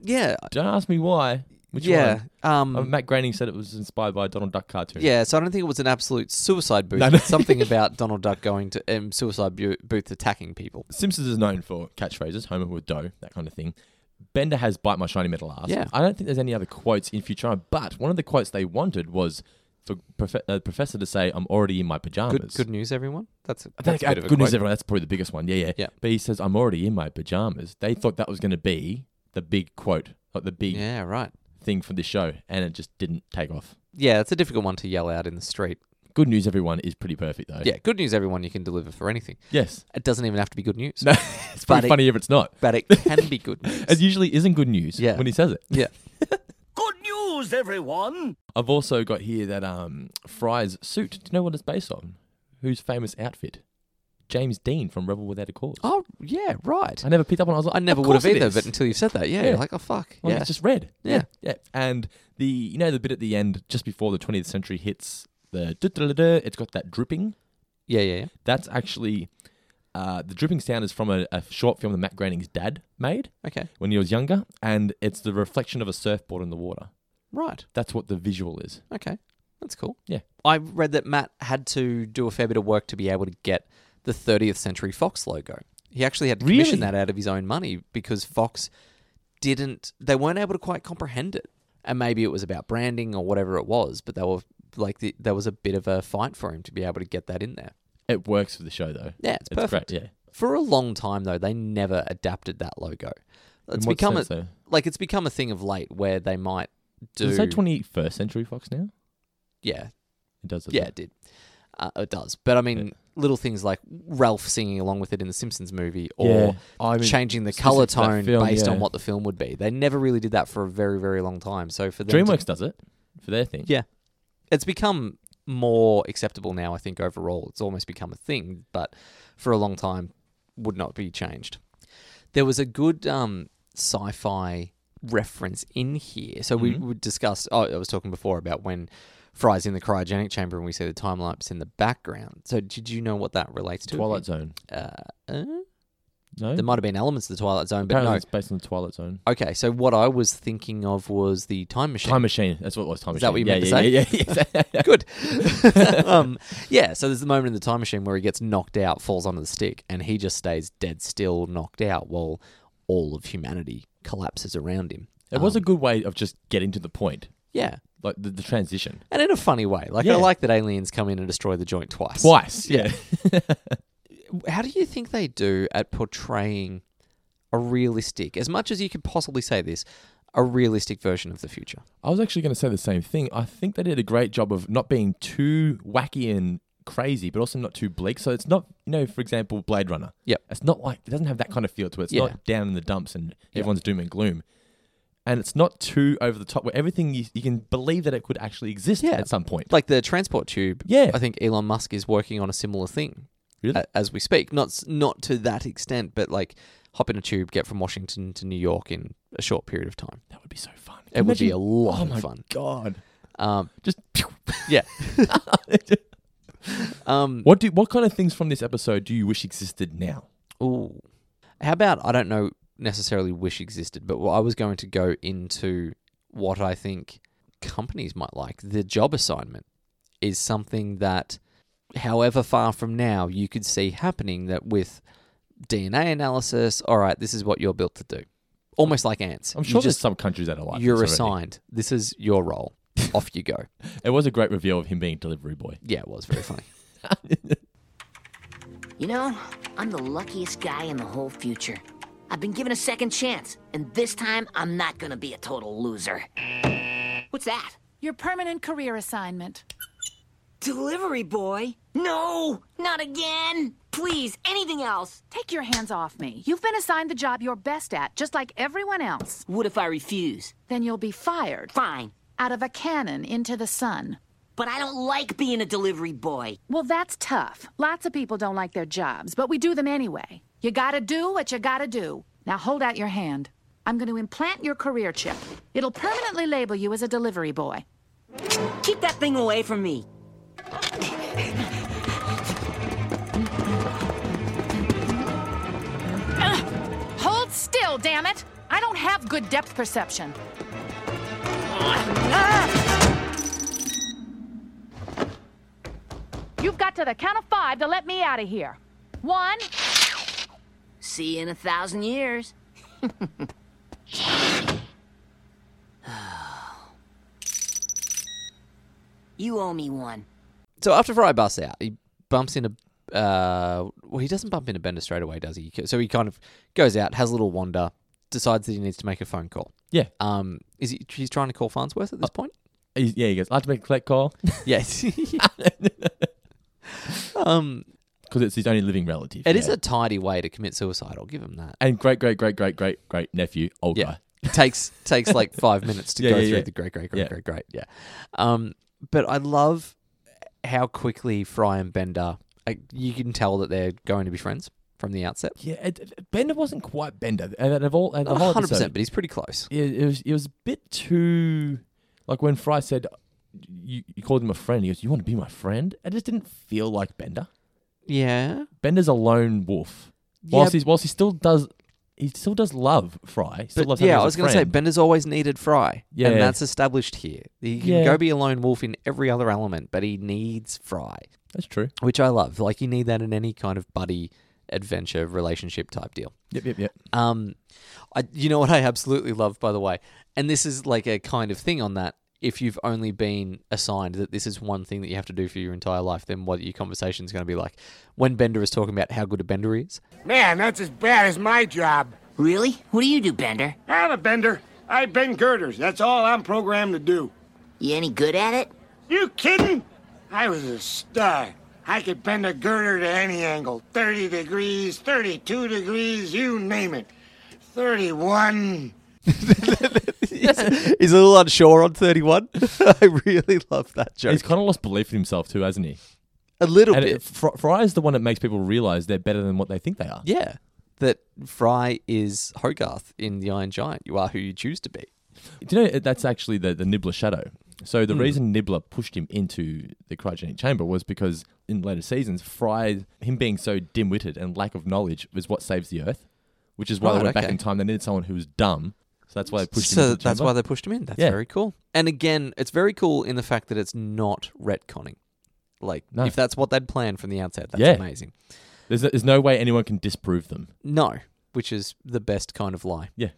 Yeah. Don't ask me why. Which yeah. one? Um Uh, Matt Groening said it was inspired by a Donald Duck cartoon. yeah, so I don't think it was an absolute suicide booth. No, no. but Something about Donald Duck going to um, suicide bu- booth attacking people. Simpsons is known for catchphrases, Homer with dough, that kind of thing. Bender has bite my shiny metal ass. Yeah. I don't think there's any other quotes in Futurama, but one of the quotes they wanted was for prof- uh, Professor to say, I'm already in my Good, pajamas. good news, everyone. That's, I that's think a bit of a good news, quote. everyone. That's probably the biggest one. Yeah, yeah, Yeah. But he says, "I'm already in my pajamas." They thought that was going to be the big quote, like the big Yeah, right. thing for this show, and it just didn't take off. Yeah, it's a difficult one to yell out in the street. Good news, everyone is pretty perfect though. Yeah, good news, everyone. You can deliver for anything. Yes. It doesn't even have to be good news, No, it's But pretty it- funny if it's not. but it can be good news. It usually isn't good news Yeah. when he says it. yeah, Good news, everyone! I've also got here that um, Fry's suit. Do you know what it's based on? Whose famous outfit? James Dean from Rebel Without a Cause. Oh yeah, right. I never picked up on. it. I was like, I never "Of would have course it either, is." but until you said that, yeah, Yeah. you're like, oh fuck, Well, yeah, it's just red. Yeah. yeah. And the you know the bit at the end, just before the 20th century hits the du-du-du-du, it's got that dripping. yeah, yeah, yeah. That's actually uh, the dripping sound is from a, a short film that Matt Groening's dad made Okay, when he was younger, and it's the reflection of a surfboard in the water. right. That's what the visual is. Okay, that's cool. Yeah. I read that Matt had to do a fair bit of work to be able to get the 30th Century Fox logo. He actually had to commission Really? that out of his own money because Fox didn't. They weren't able to quite comprehend it, and maybe it was about branding or whatever it was. But they were like, the, there was a bit of a fight for him to be able to get that in there. It works for the show though. Yeah, it's It's perfect. great. Yeah. For a long time though, they never adapted that logo. It's In what become sense, a, though? like it's become a thing of late where they might do. Does it say 21st century Fox now? yeah, It does. doesn't yeah, it? it did. Uh, it does, but I mean, little things like Ralph singing along with it in the Simpsons movie, or Yeah. I mean, changing the color specific to that tone film, based yeah. on what the film would be. They never really did that for a very, very long time. So for them to- DreamWorks does it for their thing. yeah, it's become more acceptable now. I think overall, it's almost become a thing, but for a long time, would not be changed. There was a good um, sci-fi reference in here. So Mm-hmm. we, we discussed. Oh, I was talking before about when Fry's in the cryogenic chamber and we see the time lapse in the background. So did you know what that relates to? Twilight Zone. Uh, uh, No. there might have been elements of the Twilight Zone, but Apparently no. it's based on the Twilight Zone. Okay, so what I was thinking of was the time machine. Time Machine. That's what it was. Time Is Machine. that what you meant to say? yeah, yeah, yeah, yeah. good. um, yeah, so there's the moment in the time machine where he gets knocked out, falls onto the stick, and he just stays dead still, knocked out, while all of humanity collapses around him. Um, It was a good way of just getting to the point, Yeah, like the, the transition. and in a funny way. Like Yeah. I like that aliens come in and destroy the joint twice. Twice. Yeah. How do you think they do at portraying a realistic, as much as you could possibly say this, a realistic version of the future? I was actually going to say the same thing. I think they did a great job of not being too wacky and crazy, but also not too bleak. So it's not, you know, for example, Blade Runner. Yep. It's not like, it doesn't have that kind of feel to it. It's Yeah. not down in the dumps and everyone's doom and gloom. And it's not too over the top where everything you, you can believe that it could actually exist Yeah. at some point. Like the transport tube. Yeah. I think Elon Musk is working on a similar thing. Really? a- as we speak. Not s- not to that extent, but like hop in a tube, get from Washington to New York in a short period of time. That would be so fun. It would be a lot oh of my fun. God. Um, Just yeah. um. what do what kind of things from this episode do you wish existed now? Ooh. How about I don't know necessarily wish existed, but what I was going to go into what I think companies might like. The job assignment is something that, however far from now, you could see happening that with DNA analysis, all right, this is what you're built to do. Almost like ants. I'm You sure there's just, some countries that are like you're this already. assigned. This is your role. Off you go. It was a great reveal of him being delivery boy. Yeah, it was very funny. You know, I'm the luckiest guy in the whole future. I've been given a second chance, and this time I'm not gonna be a total loser. What's that? Your permanent career assignment. Delivery boy? No! Not again! Please, anything else! Take your hands off me. You've been assigned the job you're best at, just like everyone else. What if I refuse? Then you'll be fired Fine. out of a cannon into the sun. But I don't like being a delivery boy. Well, that's tough. Lots of people don't like their jobs, but we do them anyway. You gotta do what you gotta do. Now hold out your hand. I'm gonna implant your career chip. It'll permanently label you as a delivery boy. Keep that thing away from me. Hold still, damn it! I don't have good depth perception. You've got to the count of five to let me out of here. One, See you in a thousand years. you owe me one. So after Fry busts out, he bumps into. Uh, well, he doesn't bump into Bender straight away, does he? So he kind of goes out, has a little wander, decides that he needs to make a phone call. Yeah. Um, is he? He's trying to call Farnsworth at this point. He's- yeah, he goes, I have to make a collect call Yes. um, because it's his only living relative. it yeah. is a tidy way to commit suicide. I'll give him that. And great, great, great, great, great, great nephew, old Yeah. guy. takes takes like five minutes to Yeah, go yeah, through yeah. the great, great, great, Yeah. great, great. Yeah. Um, but I love how quickly Fry and Bender. Like, you can tell that they're going to be friends from the outset. Yeah, it, Bender wasn't quite Bender. And out of all, out of the whole hundred percent, episode, but he's pretty close. it, it was it was a bit too like when Fry said you, you called him a friend. He goes, "You want to be my friend?" It just didn't feel like Bender. Yeah. Bender's a lone wolf. Yeah, Whilst he's whilst he still does he still does love Fry. He Still But loves yeah, having him I as was a going to say friend. Bender's always needed Fry, Yeah. and that's established here. He can Yeah. go be a lone wolf in every other element, but he needs Fry, That's true. which I love. Like you need that in any kind of buddy adventure relationship type deal. Yep, yep, yep. Um, I you know what I absolutely love by the way, and this is like a kind of thing on that. If you've only been assigned that this is one thing that you have to do for your entire life, then what your conversation is going to be like. When Bender is talking about how good a Bender is, Man, that's as bad as my job. Really? What do you do, Bender? I'm a bender. I bend girders. That's all I'm programmed to do. You any good at it? You kidding? I was a stud. I could bend a girder to any angle 30 degrees, 32 degrees, you name it. 31. he's a little unsure on thirty-one. I really love that joke. He's kind of lost belief in himself too, hasn't he? a little And bit. it, Fr- Fry is the one that makes people realize they're better than what they think they are. yeah. That Fry is Hogarth in The Iron Giant. You are who you choose to be. Do you know that's actually the, the Nibbler shadow? So Hmm. the reason Nibbler pushed him into the cryogenic chamber was because in later seasons, Fry, him being so dim-witted and lack of knowledge, was what saves the Earth, which is why Right, they went back Oh, okay. in time. They needed someone who was dumb, so that's why they pushed him. So Into the that's chamber. why they pushed him in. That's Yeah. very cool. And again, it's very cool in the fact that it's not retconning. Like, No. if that's what they'd planned from the outset, that's Yeah. amazing. There's, there's no way anyone can disprove them. No, which is the best kind of lie. Yeah.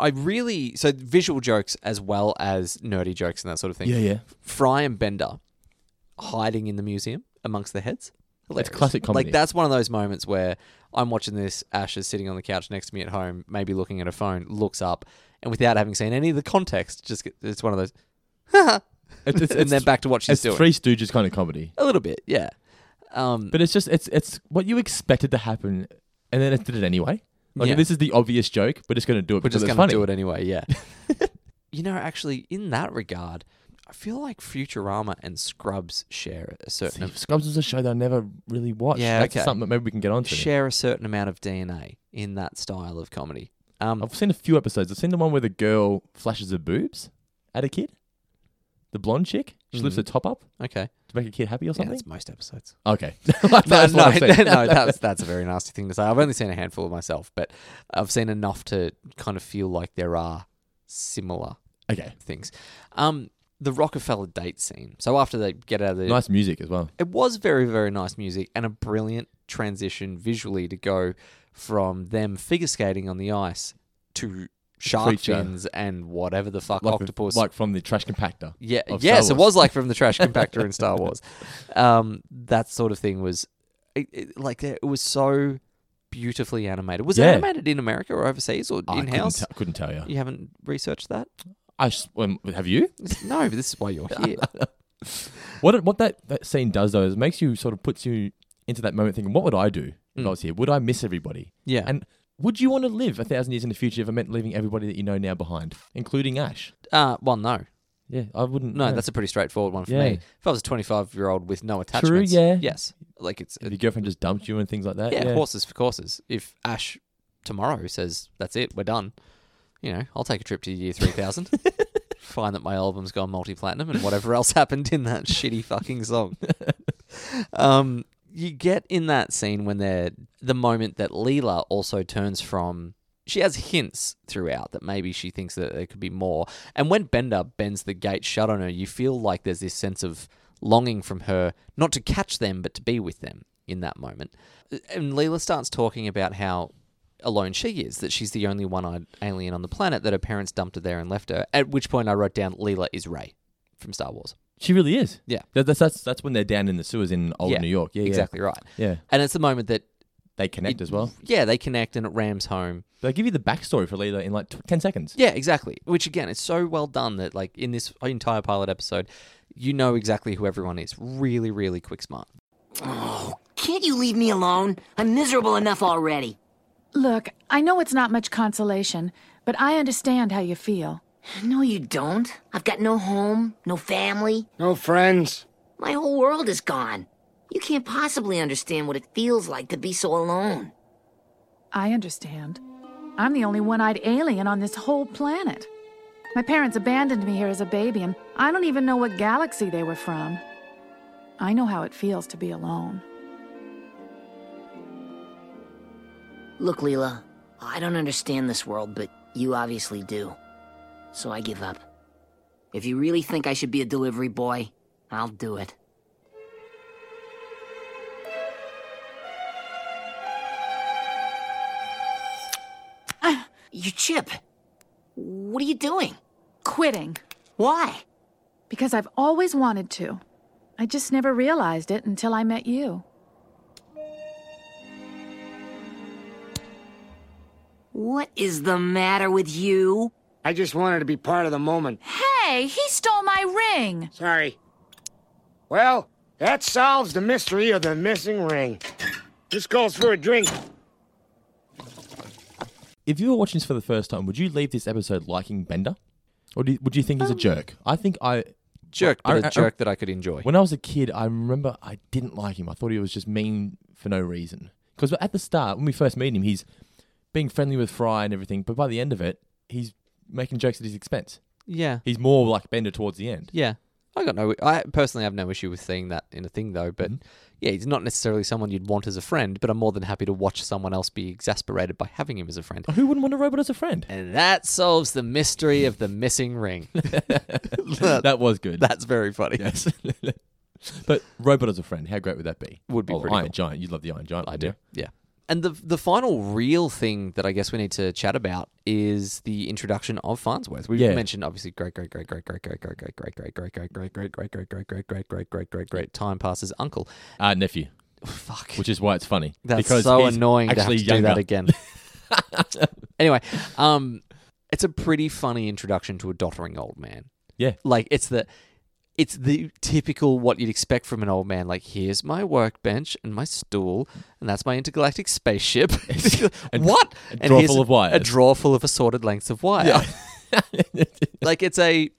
I really so visual jokes as well as nerdy jokes and that sort of thing. Yeah, yeah. Fry and Bender hiding in the museum amongst their heads. Hilarious. classic comedy. Like that's one of those moments where I'm watching this. Ash is sitting on the couch next to me at home, maybe looking at her phone, looks up, and without having seen any of the context, just get, it's one of those. It's, it's, and then back to what she's it's doing. Three Stooges kind of comedy, A little bit, yeah. Um, but it's just it's it's what you expected to happen, and then it did it anyway. Like Yeah. this is the obvious joke. We're just going to do it We're because just it's going funny. to do it anyway, yeah. you know, actually, in that regard, I feel like Futurama and Scrubs share a certain See, Scrubs is a show that I never really watched. Yeah, That's okay. something that maybe we can get onto. share a certain amount of DNA in that style of comedy. Um, I've seen a few episodes. I've seen the one where the girl flashes her boobs at a kid. The blonde chick. She lifts her top up okay, to make a kid happy or Mm. yeah, something. that's most episodes. okay. That's No, what no, I've no, seen. that's that's a very nasty thing to say. I've only seen a handful of myself, but I've seen enough to kind of feel like there are similar Okay. things. Um, the Rockefeller date scene. So after they get out of the Nice music as well. it was very very nice music and a brilliant transition visually to go from them figure skating on the ice to shark Creature. fins and whatever the fuck Like, octopus Like from the trash compactor. yeah of yes Star it Wars. was like from the trash compactor in Star Wars um, that sort of thing was it, it- like it was so beautifully animated. Was Yeah. it animated in America or overseas or I in house? Couldn't, te- couldn't tell you. you haven't researched that? I s- um, have you? No, but this is why you're here. What it- what that, that scene does though is it makes you sort of puts you into that moment thinking, what would I do if I was here? Would I miss everybody? Mm. Yeah. And would you want to live a thousand years in the future if it meant leaving everybody that you know now behind, including Ash? Uh, well, no, Yeah, I wouldn't. no, that's a pretty straightforward one for Yeah. me. If I was a 25 year old with no attachments, yeah. yes, like it's if your girlfriend just dumped you and things like that. yeah, horses for courses. If Ash tomorrow says that's it, we're done, you know, I'll take a trip to year three thousand. Find that my album's gone multi platinum and whatever else happened in that shitty fucking song. um, you get in that scene when they're the moment that Leela also turns from. She has hints throughout that maybe she thinks that there could be more. And when Bender bends the gate shut on her, you feel like there's this sense of longing from her not to catch them, but to be with them in that moment. And Leela starts talking about how alone she is, that she's the only one eyed alien on the planet, that her parents dumped her there and left her. At which point I wrote down Leela is Ray from Star Wars. She really is. Yeah. That, that's that's that's when they're down in the sewers in old Yeah, New York. Yeah, yeah. exactly right. Yeah, And it's the moment that they connect it- as well. Yeah, they connect and it rams home. They give you the backstory for Leela in like tw ten seconds. Yeah, exactly. Which again, it's so well done that like in this entire pilot episode, you know exactly who everyone is. Really, really quick smart. Can't you leave me alone? I'm miserable enough already. Look, I know it's not much consolation, but I understand how you feel. No, you don't. I've got no home, no family. No friends. My whole world is gone. You can't possibly understand what it feels like to be so alone. I understand. I'm the only one eyed alien on this whole planet. My parents abandoned me here as a baby, and I don't even know what galaxy they were from. I know how it feels to be alone. Look, Leela, I don't understand this world, but you obviously do. So I give up. If you really think I should be a delivery boy, I'll do it. Ah, You chip. What are you doing? Quitting. Why? Because I've always wanted to. I just never realized it until I met you. What is the matter with you? I just wanted to be part of the moment. Hey, he stole my ring! Sorry. Well, that solves the mystery of the missing ring. This calls for a drink. If you were watching this for the first time, would you leave this episode liking Bender, or do you, would you think Um, he's a jerk? I think I Jerk, but I- a I- I- jerk that I could enjoy. When I was a kid, I remember I didn't like him. I thought he was just mean for no reason. Because at the start, when we first meet him, he's being friendly with Fry and everything, but by the end of it, he's making jokes at his expense. yeah. He's more like Bender towards the end. Yeah. I got no. I personally have no issue with seeing that in a thing, though. But Mm-hmm. yeah, he's not necessarily someone you'd want as a friend. But I'm more than happy to watch someone else be exasperated by having him as a friend. Who wouldn't want a robot as a friend? And that solves the mystery of the missing ring. that was good. That's very funny. yes. but robot as a friend, how great would that be? Would be oh, pretty Iron cool. Giant. You'd love the Iron Giant. I do. Yeah. And the the final real thing that I guess we need to chat about is the introduction of Farnsworth. We've Yeah. mentioned obviously great great great great great great great great great great great great great great great great great great great great great great great time passes uncle. Uh, nephew, Fuck. which is why it's funny. That's because so he's annoying to have actually to do that younger. again. anyway, um, it's a pretty funny introduction to a doddering old man. Yeah. Like it's the it's the typical what you'd expect from an old man. Like here's my workbench and my stool, and that's my intergalactic spaceship. And- what? a drawer here's full of wires. A drawer full of assorted lengths of wire. like it's a.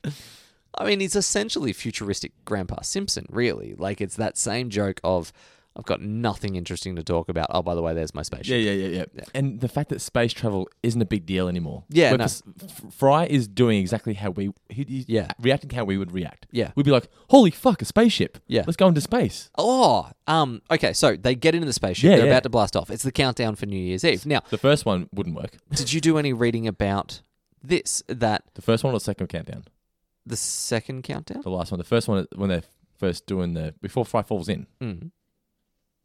I mean, it's essentially futuristic Grandpa Simpson, really. Like it's that same joke of, I've got nothing interesting to talk about. Oh, by the way, there's my spaceship. Yeah, yeah, yeah, yeah. And the fact that space travel isn't a big deal anymore. Yeah, Where no. F- F- Fry is doing exactly how we, he, he's Yeah. reacting how we would react. Yeah. we'd be like, "Holy fuck, a spaceship! Yeah. let's go into space." Oh, um, okay. So they get into the spaceship. Yeah, They're yeah. about to blast off. It's the countdown for New Year's Eve. Now, The first one wouldn't work. did you do any reading about this? That The first one or the second countdown? the second countdown? The last one. The first one when they're first doing the before Fry falls in. Mm.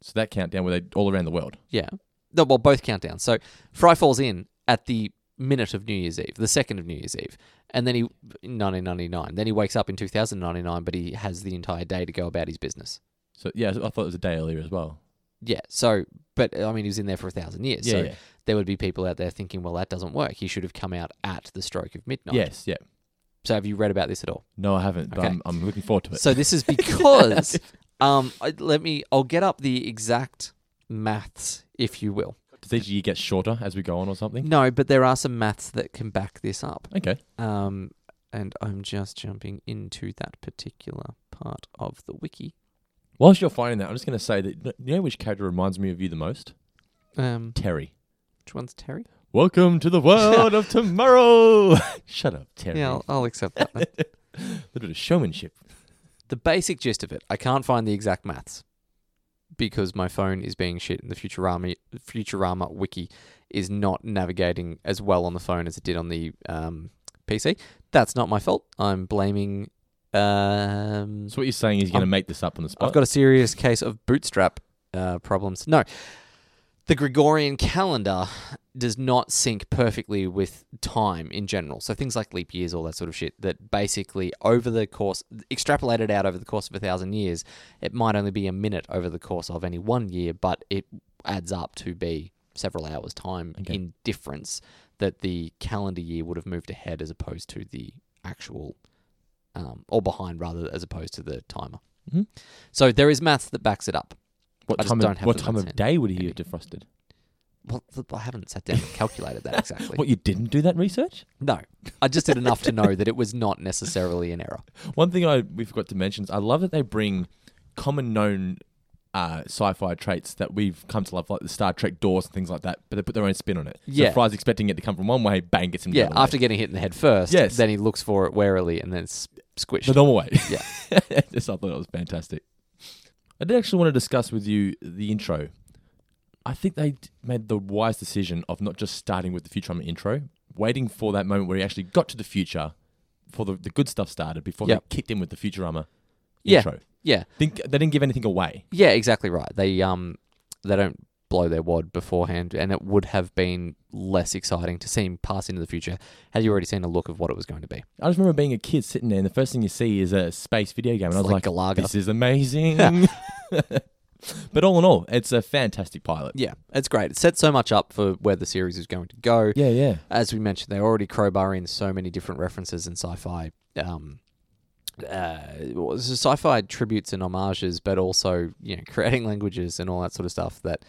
So that countdown where they all around the world. Yeah. No, well, both countdowns. So Fry falls in at the minute of New Year's Eve, the second of New Year's Eve, and then he in 1999. Then he wakes up in 2099, but he has the entire day to go about his business. So yeah, I thought it was a day earlier as well. yeah. So, but I mean, he was in there for a thousand years. Yeah, so yeah. there would be people out there thinking, well, that doesn't work. He should have come out at the stroke of midnight. Yes, yeah. So have you read about this at all? No, I haven't, but Okay. I'm, I'm looking forward to it. So this is because, um, I- let me. I'll get up the exact maths, if you will. Does each year get shorter as we go on or something? No, but there are some maths that can back this up. Okay. Um, and I'm just jumping into that particular part of the wiki. Whilst you're finding that, I'm just going to say that you know which character reminds me of you the most? Um, Terry. which one's Terry? Welcome to the world of tomorrow. Shut up, Terry. Yeah, I'll, I'll accept that. then. A little bit of showmanship. the basic gist of it, I can't find the exact maths because my phone is being shit and the Futurama Futurama wiki is not navigating as well on the phone as it did on the um, PC. That's not my fault. I'm blaming. Um, So what you're saying is you're going to Um, make this up on the spot? I've got a serious case of bootstrap uh, problems. No, the Gregorian calendar does not sync perfectly with time in general. So things like leap years, all that sort of shit, that basically over the course, extrapolated out over the course of a thousand years, it might only be a minute over the course of any one year, but it adds up to be several hours' time in difference that the calendar year would have moved ahead as opposed to the actual, um, or behind rather, as opposed to the timer. So there is maths that backs it up. what I just time don't of, have what the time maths of in. day would he have defrosted? Well, th- I haven't sat down and calculated that exactly. What, you didn't do that research? no, I just did enough to know that it was not necessarily an error. One thing I we forgot to mention is I love that they bring common known uh, sci-fi traits that we've come to love, like the Star Trek doors and things like that, but they put their own spin on it. Yeah. So Fry's expecting it to come from one way, bang, gets him Yeah, the other after way. getting hit in the head first, Yes. then he looks for it warily and then it's squished. the normal way. Yeah. Just, I thought that was fantastic. I did actually want to discuss with you the intro. I think they d- made the wise decision of not just starting with the Futurama intro, waiting for that moment where he actually got to the future, before the, the good stuff started, before Yep. they kicked in with the Futurama yeah, intro. yeah, Think they didn't give anything away. yeah, exactly right. They um, they don't blow their wad beforehand, and it would have been less exciting to see him pass into the future had you already seen a look of what it was going to be. I just remember being a kid sitting there, and the first thing you see is a space video game, and I was like like, Galaga. "This is amazing." but all in all, it's a fantastic pilot. Yeah, it's great. It set so much up for where the series is going to go. yeah, yeah. as we mentioned, they already crowbar in so many different references and sci-fi, um, uh, well, so sci-fi tributes and homages, but also you know creating languages and all that sort of stuff that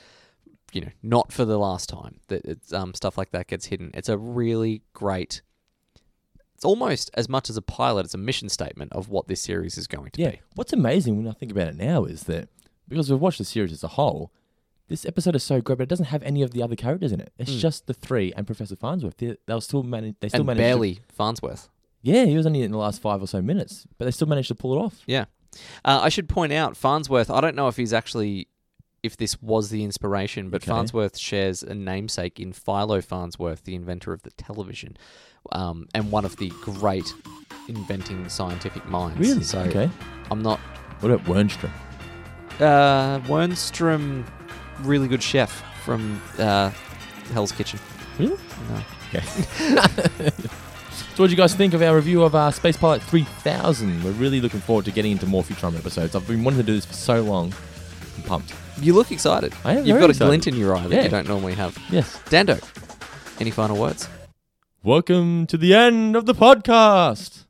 you know not for the last time that it's um, stuff like that gets hidden. It's a really great. It's almost as much as a pilot; it's a mission statement of what this series is going to Yeah. be. What's amazing when I think about it now is that because we've watched the series as a whole, this episode is so great, but it doesn't have any of the other characters in it. It's just the three and Professor Farnsworth. They, they'll still manage. They still Hmm. and manage. barely Farnsworth. yeah, he was only in the last five or so minutes, but they still managed to pull it off. Yeah. Uh, I should point out Farnsworth. I don't know if he's actually if this was the inspiration, but Okay. Farnsworth shares a namesake in Philo Farnsworth, the inventor of the television, um, and one of the great inventing scientific minds. Really? So Okay. I'm not What about Wernstrom? uh, Wernstrom, really good chef from uh, Hell's Kitchen. Really? Okay. so, what do you guys think of our review of uh, Space Pilot 3000? We're really looking forward to getting into more Futurama episodes. I've been wanting to do this for so long. I'm pumped. You look excited. I am You've very got a excited. glint in your eye that Yeah. you don't normally have. Yes. Dando, any final words? Welcome to the end of the podcast.